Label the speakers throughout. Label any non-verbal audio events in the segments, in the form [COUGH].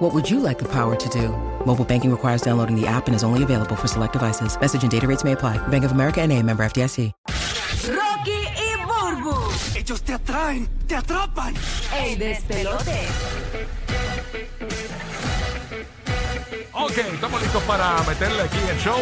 Speaker 1: What would you like the power to do? Mobile banking requires downloading the app and is only available for select devices. Message and data rates may apply. Bank of America and a member FDIC.
Speaker 2: Rocky y Burbu,
Speaker 3: Ellos te atraen, te atrapan.
Speaker 2: el despelote.
Speaker 4: Ok, estamos listos para meterle aquí el show.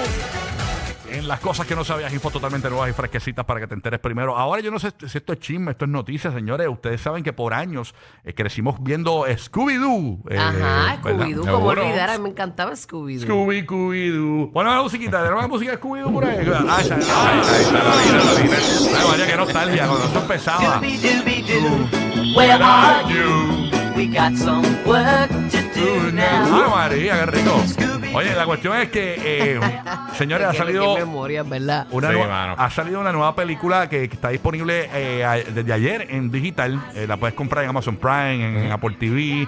Speaker 4: En las cosas que no sabías, info totalmente nuevas y fresquecitas para que te enteres primero. Ahora yo no sé si esto es chisme, esto es noticia, señores. Ustedes saben que por años eh, crecimos viendo Scooby-Doo. eh,
Speaker 5: Ajá,
Speaker 4: ¿verdad?
Speaker 5: Scooby-Doo, como
Speaker 4: Seguro.
Speaker 5: olvidar, a mí me encantaba Scooby-Doo.
Speaker 4: Scooby, Scooby-Doo. Ponme la musiquita, tenemos la música de Scooby-Doo por ahí. Ay, ay, ay, ahí está la vida, la vida. Ay, María, qué nostalgia cuando esto empezaba.
Speaker 6: Dooby doo,
Speaker 4: Where
Speaker 6: where
Speaker 4: are
Speaker 6: are
Speaker 4: you?
Speaker 6: we got some work to do now.
Speaker 4: Ay, María, qué rico. Oye, la cuestión es que, eh, señores, ha
Speaker 5: Qué- qué
Speaker 4: salido
Speaker 5: memoria, ¿verdad?
Speaker 4: Una
Speaker 7: Sí,
Speaker 4: nueva-
Speaker 7: mano.
Speaker 4: ha salido una nueva película que, que está disponible eh, a- desde ayer en digital. Eh, la puedes comprar en Amazon Prime, en, Apple TV.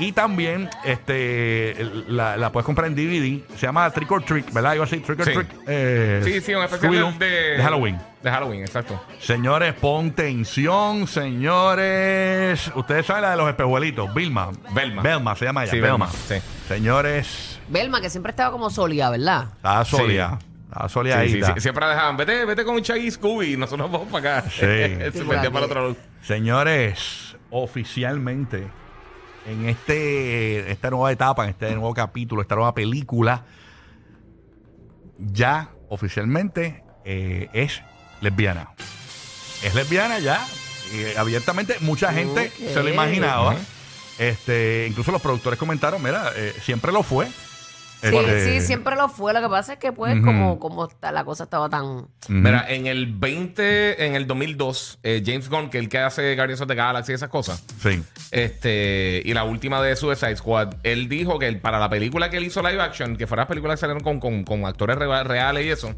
Speaker 4: Y también este el- la, la puedes comprar en DVD. Se llama Trick or Trick, ¿verdad? Yo así, Trick or
Speaker 7: Sí.
Speaker 4: Trick. eh,
Speaker 7: Sí, sí, un especial
Speaker 4: Scooby-Doo
Speaker 7: de,
Speaker 4: de Halloween.
Speaker 7: De Halloween, exacto.
Speaker 4: Señores, pon tensión, señores. Ustedes saben la de los espejuelitos, Vilma.
Speaker 7: Velma.
Speaker 4: Velma se llama ella.
Speaker 7: Sí,
Speaker 4: Velma.
Speaker 7: Velma, sí.
Speaker 4: Señores,
Speaker 5: Belma, que siempre estaba como solía, ¿verdad?
Speaker 4: la
Speaker 7: Sí.
Speaker 4: solia. La solia
Speaker 7: Sí, sí, sí, siempre la dejaban, vete, vete con un Chaggy Scooby, nosotros vamos para acá. [LAUGHS]
Speaker 4: Sí.
Speaker 7: Se metía para otro lado.
Speaker 4: Señores, oficialmente, en este, esta nueva etapa, en este nuevo capítulo, esta nueva película, ya oficialmente eh, es lesbiana. Es lesbiana ya, eh, abiertamente, mucha gente
Speaker 5: Ok.
Speaker 4: se lo imaginaba. Este, incluso los productores comentaron, mira, eh, siempre lo fue. Este,
Speaker 5: Sí, sí, siempre lo fue. Lo que pasa es que, pues,
Speaker 4: Ujú.
Speaker 5: como, como está- la cosa estaba tan.
Speaker 4: Mira,
Speaker 7: Mira, en el 20, en el 2002, eh, James Gunn, que el que hace Guardians of the Galaxy y esas cosas,
Speaker 4: sí.
Speaker 7: este, y la última de Suicide Squad, él dijo que él- para la película que él hizo live action, que fueran películas que salieron con, con- con actores re- reales y eso,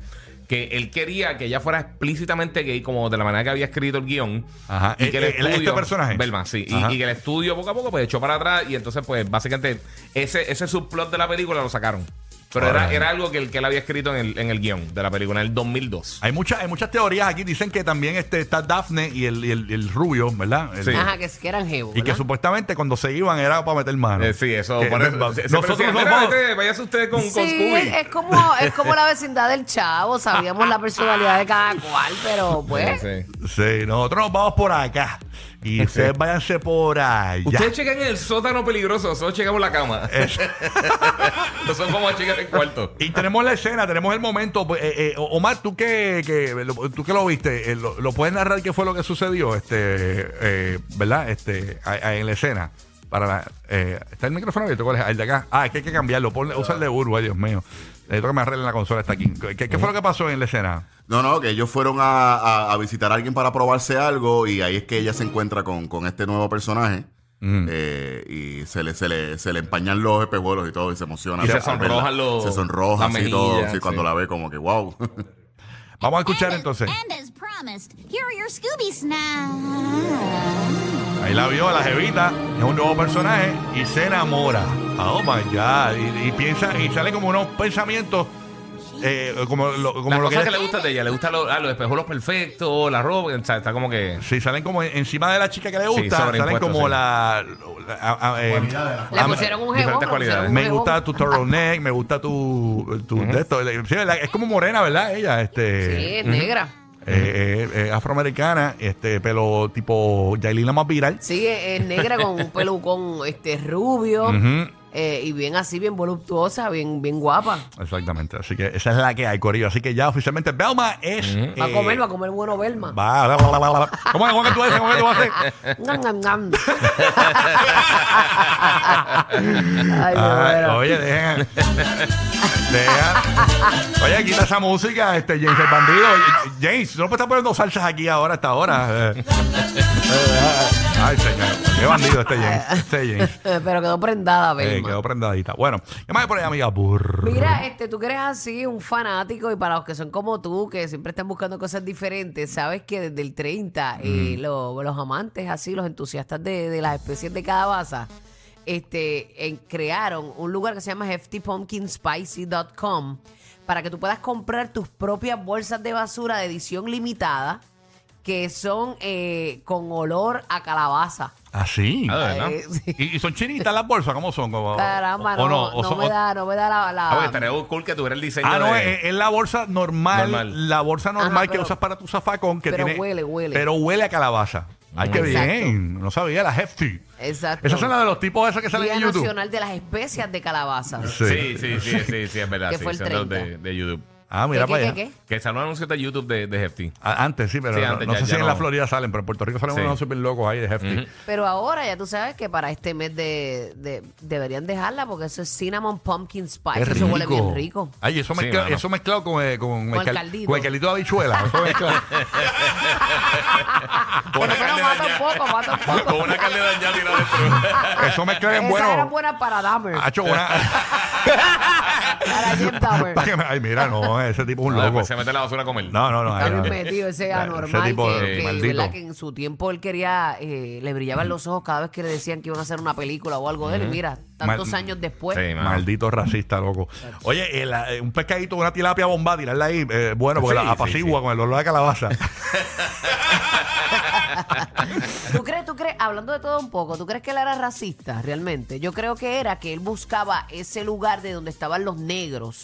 Speaker 7: que él quería que ella fuera explícitamente gay, como de la manera que había escrito el guión.
Speaker 4: Ajá.
Speaker 7: Y que el
Speaker 4: Eh, eh,
Speaker 7: estudio,
Speaker 4: este personaje.
Speaker 7: Velma, sí. Y,
Speaker 4: Ajá.
Speaker 7: y que el estudio poco a poco pues echó para atrás y entonces pues básicamente ese, ese subplot de la película lo sacaron. Pero era,
Speaker 4: Alright.
Speaker 7: era algo que él, que él había escrito en el, en el guión de la película en el 2002.
Speaker 4: Hay, muchas hay muchas teorías aquí. Dicen que también este, está Daphne y el, y el- y el rubio, ¿verdad? El-
Speaker 7: Sí.
Speaker 5: Ajá, que, que eran jevos.
Speaker 4: Y que
Speaker 5: ¿verdad?
Speaker 4: supuestamente cuando se iban era para meter mano.
Speaker 7: Eh, sí, eso.
Speaker 4: Que,
Speaker 7: por eso-
Speaker 4: ven, va-
Speaker 7: se- se
Speaker 4: nosotros
Speaker 7: parecía,
Speaker 4: nos
Speaker 7: "Mira,
Speaker 4: vamos.
Speaker 7: vete, váyase usted con, con
Speaker 5: Sí, eh,
Speaker 7: Scooby.
Speaker 5: es como, es como la vecindad del chavo. Sabíamos la personalidad de cada cual, pero, pues.
Speaker 7: Sí, sí.
Speaker 4: Sí, nosotros nos vamos por acá.
Speaker 7: [LAUGHS]
Speaker 4: Y ustedes váyanse por allá.
Speaker 7: Ustedes chequen el sótano peligroso, nosotros checamos la cama. [LAUGHS]
Speaker 4: Es-
Speaker 7: Nosotros vamos a checar el cuarto.
Speaker 4: y tenemos la escena, tenemos el momento. pues, eh, eh, Omar, tú que, que lo, tú que lo viste, eh, lo, lo puedes narrar qué fue lo que sucedió, este, eh, ¿verdad? Este, a- a- en la escena. Para la- eh, ¿Está el micrófono abierto? ¿Cuál es? El de acá. Ah, es que hay que cambiarlo. Ponle, usa el de Urbo, ay, Dios mío. Necesito que me arreglen la consola, está aquí. ¿Qué, qué fue lo que pasó en la escena?
Speaker 8: No, no, que ellos fueron a, a- a visitar a alguien para probarse algo y ahí es que ella se encuentra con, con este nuevo personaje eh, y se le, se, le, se le empañan los espejuelos y todo y se emociona.
Speaker 7: Y se
Speaker 8: al verla.
Speaker 7: sonrojan los-
Speaker 8: Se sonroja
Speaker 7: las
Speaker 8: así todo,
Speaker 7: mejillas,
Speaker 8: así, cuando
Speaker 7: sí.
Speaker 8: la ve como que wow.
Speaker 4: Vamos a escuchar
Speaker 9: And-
Speaker 4: entonces.
Speaker 9: And as promised, here are your Scooby snacks.
Speaker 4: Ahí la vio, la jevita, es un nuevo personaje y se enamora. Ah, Oh my God. Y, y piensa, y sale como unos pensamientos, eh, como lo, como
Speaker 7: Las
Speaker 4: lo que.
Speaker 7: cosas que le gusta de ella, le gusta lo- ah, los espejuelos perfectos, la ropa, o sea, está como que.
Speaker 4: si salen como encima de la chica que le gusta, salen
Speaker 7: sobreimpuestos,
Speaker 4: como
Speaker 7: sí.
Speaker 4: la. la- a- a- eh,
Speaker 5: Le
Speaker 4: a-
Speaker 5: pusieron un jevo.
Speaker 7: Diferentes
Speaker 5: le pusieron
Speaker 7: cualidades.
Speaker 5: un
Speaker 4: me
Speaker 5: jebo.
Speaker 4: gusta tu turtleneck, me gusta tu, tu de esto. Sí, ¿verdad? Es como morena, ¿verdad? Ella,
Speaker 5: Sí,
Speaker 4: este.
Speaker 5: es negra.
Speaker 4: eh, eh, eh, afroamericana, este, pelo tipo Yailina más viral.
Speaker 5: Sí, es, es negra con un pelucón este, rubio.
Speaker 4: Ujú.
Speaker 5: eh, y bien así, bien voluptuosa, bien, bien guapa.
Speaker 4: Exactamente. Así que esa es la que hay, Corillo. Así que ya oficialmente Belma es.
Speaker 5: Va a
Speaker 4: eh,
Speaker 5: comer, va a comer bueno Belma.
Speaker 4: va- va- va- va- va- va. ¿Cómo es? ¿Cómo es que tú haces? ¿Cómo es que tú haces?
Speaker 5: Ngam,
Speaker 4: [LAUGHS]
Speaker 5: ngam, ngam. [LAUGHS] Ay, me
Speaker 4: Ay,
Speaker 5: muero.
Speaker 4: Ah, oye,
Speaker 5: [LAUGHS]
Speaker 4: deja. deja. Oye, quita esa música, este James el bandido. Oye, James, tú no puedes estar poniendo salsas aquí ahora hasta ahora. Eh. Ay, señor. Qué bandido este James. Este James.
Speaker 5: Ah. [LAUGHS] Pero quedó prendada, Belma.
Speaker 4: Eh, y quedó prendadita. Bueno, ¿qué más hay por ahí, amiga? Burr.
Speaker 5: Mira, este, tú que eres así, un fanático, y para los que son como tú, que siempre están buscando cosas diferentes, sabes que desde el 30, eh, lo- los amantes así, los entusiastas de, de las especies de calabaza, este, en- crearon un lugar que se llama heftypumpkinspicy.com para que tú puedas comprar tus propias bolsas de basura de edición limitada que son eh, con olor a calabaza.
Speaker 4: Así.
Speaker 7: Ah, de verdad.
Speaker 5: Eh, [LAUGHS] sí.
Speaker 4: ¿Y, y son chinitas las bolsas? ¿Cómo son? ¿Cómo-
Speaker 5: Caramba,
Speaker 4: o- o
Speaker 5: no,
Speaker 4: no? ¿O
Speaker 5: no
Speaker 4: son-
Speaker 5: me
Speaker 4: o-
Speaker 5: da, no me da la... la-
Speaker 7: Ah, pues, estaría cool que tuviera el diseño
Speaker 4: Ah, no,
Speaker 7: de...
Speaker 4: es, es la bolsa normal,
Speaker 7: Normal.
Speaker 4: la bolsa normal
Speaker 5: Ajá,
Speaker 4: que
Speaker 5: pero-
Speaker 4: usas para tu zafacón. Que
Speaker 5: pero
Speaker 4: tiene-
Speaker 5: huele, huele.
Speaker 4: Pero huele a calabaza. Ay, qué
Speaker 5: Exacto.
Speaker 4: bien. No sabía, la hefty.
Speaker 5: Exacto.
Speaker 4: Esa es la de los tipos esos que salen
Speaker 5: Día
Speaker 4: en YouTube.
Speaker 5: Nacional de las Especies de Calabaza.
Speaker 7: Sí, sí, sí, sí, sí, sí, es verdad.
Speaker 5: Que
Speaker 7: sí,
Speaker 5: fue el
Speaker 7: son los
Speaker 5: 30.
Speaker 7: de, de YouTube.
Speaker 4: Ah, mira
Speaker 5: ¿Qué,
Speaker 4: para
Speaker 5: qué,
Speaker 4: allá.
Speaker 5: qué, qué?
Speaker 7: Que salió un anuncio de YouTube de, de Hefty.
Speaker 4: Ah, Antes sí, pero
Speaker 7: Sí,
Speaker 4: no-
Speaker 7: antes,
Speaker 4: no
Speaker 7: ya-
Speaker 4: sé si
Speaker 7: ya
Speaker 4: en
Speaker 7: no.
Speaker 4: la Florida salen, pero en Puerto Rico salen
Speaker 7: Sí.
Speaker 4: unos super locos ahí de hefty.
Speaker 5: Pero ahora ya tú sabes que para este mes de, de- deberían dejarla porque eso es cinnamon pumpkin spice.
Speaker 4: Qué
Speaker 5: Eso huele bien rico.
Speaker 4: Ay, eso,
Speaker 7: Sí,
Speaker 4: mezcla-
Speaker 7: mano.
Speaker 4: eso mezclado con, eh, con,
Speaker 5: Con el
Speaker 4: cal-
Speaker 5: caldito.
Speaker 4: con el caldito de habichuela.
Speaker 5: [LAUGHS]
Speaker 4: Eso mezclado. Ah,
Speaker 5: Pero, pero mata un poco, mata un poco.
Speaker 7: Con una carne de ya tirada dentro.
Speaker 4: eso mezcla bien
Speaker 5: Esa era
Speaker 4: bueno. Ah,
Speaker 5: buena para Dahmer.
Speaker 4: Ha hecho
Speaker 5: [LAUGHS]
Speaker 4: una. [LAUGHS]
Speaker 5: Para Jim Dahmer.
Speaker 4: Para que me- Ay, mira, no, ese tipo es un
Speaker 7: No,
Speaker 4: [LAUGHS] loco.
Speaker 7: después Ah, pues, se mete la basura a comer.
Speaker 4: No, no, no.
Speaker 5: Está
Speaker 4: ay,
Speaker 5: bien
Speaker 4: no.
Speaker 5: metido ese
Speaker 4: Ese
Speaker 5: anormal
Speaker 4: tipo
Speaker 5: que,
Speaker 4: de
Speaker 5: que,
Speaker 4: maldito.
Speaker 5: ¿verdad? que en su tiempo él quería, eh, le brillaban los ojos cada vez que le decían que iban a hacer una película o algo de él. Y mira, tantos
Speaker 4: Mal-
Speaker 5: años después.
Speaker 7: Sí, mano. [LAUGHS]
Speaker 4: Maldito racista, loco. Oye, eh, la- eh, un pescadito, una tilapia bomba, tirarla ahí. eh, bueno, porque
Speaker 7: Sí,
Speaker 4: la apacigua
Speaker 7: sí, sí.
Speaker 4: con el olor de
Speaker 7: [LAUGHS]
Speaker 4: calabaza.
Speaker 5: ¿Tú crees, tú crees, hablando de todo un poco, ¿tú crees que él era racista realmente? Yo creo que era que él buscaba ese lugar de donde estaban los negros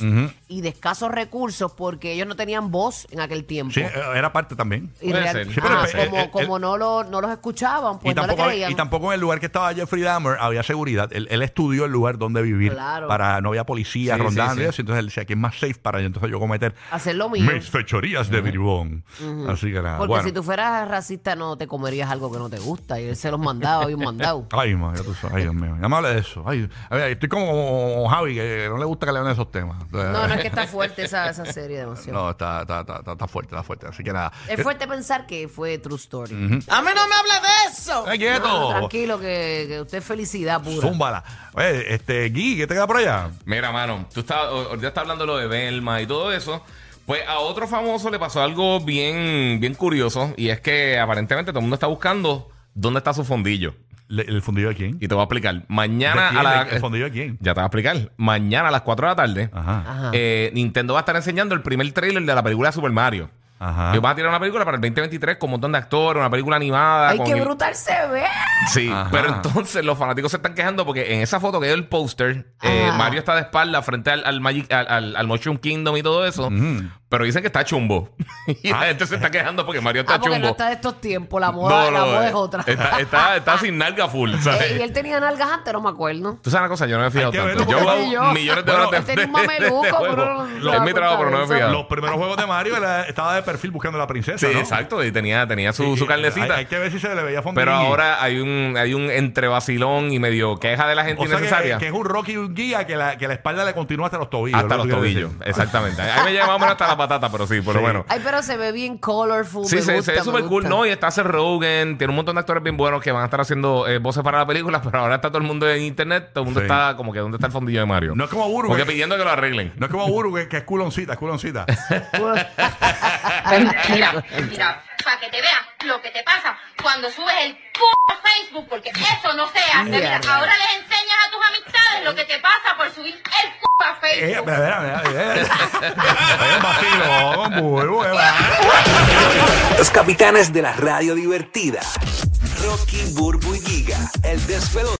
Speaker 5: y de escasos recursos porque ellos no tenían voz en aquel tiempo.
Speaker 4: Sí, eh, era parte también.
Speaker 5: Y
Speaker 7: Puede
Speaker 5: real-
Speaker 7: ser.
Speaker 4: Sí, pero eh,
Speaker 5: Ajá,
Speaker 4: el-
Speaker 5: como
Speaker 4: el-
Speaker 5: como
Speaker 4: el-
Speaker 5: no, lo, no los escuchaban, pues
Speaker 4: y,
Speaker 5: no le
Speaker 4: tampoco,
Speaker 5: creían.
Speaker 4: y tampoco en el lugar que estaba Jeffrey Dahmer había seguridad. Él, él estudió el lugar donde vivir.
Speaker 5: Claro.
Speaker 4: Para, no había policía
Speaker 7: Sí, sí,
Speaker 4: rondando y
Speaker 7: sí.
Speaker 4: eso. Entonces él decía, aquí es más safe para yo, entonces yo cometer
Speaker 5: Hacer lo mismo.
Speaker 4: mis fechorías de bribón. Así que nada,
Speaker 5: Porque
Speaker 4: ah, bueno.
Speaker 5: si tú fueras racista no te comerías algo que no te gusta. Y él se los mandaba bien mandado.
Speaker 4: Ay, madre, tú sabes. Ay, Dios mío. Ya me hables de eso. Ay, a ver, estoy como, como Javi, que no le gusta que le hablen de esos temas.
Speaker 5: No, no es que está fuerte esa, esa serie de emoción.
Speaker 4: No, está, está, está, está- está fuerte, está fuerte. Así que nada.
Speaker 5: Es fuerte pensar que fue True Story.
Speaker 4: ¡Ay,
Speaker 5: No,
Speaker 4: quieto!
Speaker 5: tranquilo, que, que usted es felicidad pura.
Speaker 4: Zúmbala. Oye, este, Gui, ¿qué te queda por allá?
Speaker 7: Mira, mano, tú estás, ahorita estás hablando de lo de Belma y todo eso. Pues a otro famoso le pasó algo bien, bien curioso y es que aparentemente todo el mundo está buscando dónde está su fondillo.
Speaker 4: Le- ¿El fundillo de quién?
Speaker 7: Y te voy a explicar. Mañana
Speaker 4: ¿De quién?
Speaker 7: a la...
Speaker 4: ¿El- el fondillo de quién?
Speaker 7: Ya te voy a explicar. Mañana a las 4 de la tarde,
Speaker 4: Ajá.
Speaker 7: eh, Nintendo va a estar enseñando el primer tráiler de la película de Super Mario.
Speaker 4: Ajá.
Speaker 7: Ellos van a tirar una película para el 2023 con un montón de actores, una película animada.
Speaker 5: ¡Ay,
Speaker 7: con
Speaker 5: qué
Speaker 7: el-
Speaker 5: brutal se ve!
Speaker 7: Sí,
Speaker 4: Ajá.
Speaker 7: pero entonces los fanáticos se están quejando porque en esa foto que dio el póster, eh,
Speaker 5: Ajá.
Speaker 7: Mario está de espalda frente al, al, Magic, al, al- al Mushroom Kingdom y todo eso, pero dicen que está chumbo. [LAUGHS] y
Speaker 4: Ah.
Speaker 7: la gente se está quejando porque Mario está
Speaker 5: Ah, porque
Speaker 7: chumbo.
Speaker 5: no está de estos tiempos, la moda,
Speaker 7: No,
Speaker 5: la
Speaker 7: no,
Speaker 5: moda
Speaker 7: eh,
Speaker 5: es otra. [LAUGHS]
Speaker 7: Está, está- está sin nalga full, ¿sabes?
Speaker 5: Eh, y él tenía nalgas antes, no me acuerdo.
Speaker 7: Tú sabes una cosa, yo no me he fijado
Speaker 4: que verlo
Speaker 7: tanto. Yo
Speaker 4: porque-
Speaker 7: hago
Speaker 5: Sí, yo.
Speaker 7: millones de
Speaker 4: Bueno,
Speaker 7: horas de,
Speaker 4: él
Speaker 5: tenía un
Speaker 7: [LAUGHS] de- de- de
Speaker 5: mameluco, pero
Speaker 7: juego.
Speaker 5: no- no
Speaker 7: Es
Speaker 5: daba
Speaker 7: mi trabajo,
Speaker 5: cuenta
Speaker 7: pero no me he
Speaker 5: de
Speaker 7: fijado.
Speaker 4: Los primeros juegos de Mario era- estaba de perfil buscando a la princesa.
Speaker 7: Sí,
Speaker 4: ¿no?
Speaker 7: exacto, y tenía, tenía su,
Speaker 4: Y-
Speaker 7: su
Speaker 4: y-
Speaker 7: carnecita.
Speaker 4: Hay, hay que ver si se le veía fondillo.
Speaker 7: pero ahora hay un, hay un entre vacilón y medio queja de la gente
Speaker 4: O sea
Speaker 7: innecesaria.
Speaker 4: que, que es un Rocky y un guía que la, que la espalda le continúa hasta los tobillos.
Speaker 7: Hasta
Speaker 4: ¿no?
Speaker 7: los
Speaker 4: Tú quieres
Speaker 7: tobillos,
Speaker 4: decir.
Speaker 7: exactamente. Ahí me llamamos hasta la patata, pero sí, por lo
Speaker 4: Sí.
Speaker 7: menos.
Speaker 5: Ay, pero se ve bien colorful.
Speaker 7: Sí,
Speaker 5: me
Speaker 7: se,
Speaker 5: gusta,
Speaker 7: se ve
Speaker 5: me
Speaker 7: súper cool,
Speaker 5: gusta.
Speaker 7: ¿no? Y está Seth Rogen, tiene un montón de actores bien buenos que van a estar haciendo eh, voces para la película, [LAUGHS] pero ahora está todo el mundo en internet, todo el mundo
Speaker 4: Sí.
Speaker 7: está como que, ¿dónde está el fondillo de Mario?
Speaker 4: No es como Burbu,
Speaker 7: Porque
Speaker 4: que-
Speaker 7: pidiendo que lo arreglen.
Speaker 4: No es como Buru, que, que es culoncita, es
Speaker 7: [LAUGHS]
Speaker 4: culoncita.
Speaker 10: [LAUGHS] Mira, mira, para que te vean lo que te pasa cuando subes el p Facebook, porque eso no se hace. Mira,
Speaker 5: Mierda.
Speaker 10: ahora les enseñas a tus amistades lo que te pasa por subir el p a
Speaker 4: Eh,
Speaker 10: Facebook.
Speaker 4: mira, mira, mira, mira. Es vacilón, Burbu, es vacilón.
Speaker 3: Los capitanes de la radio divertida. Rocky, Burbu y Giga. El despelote.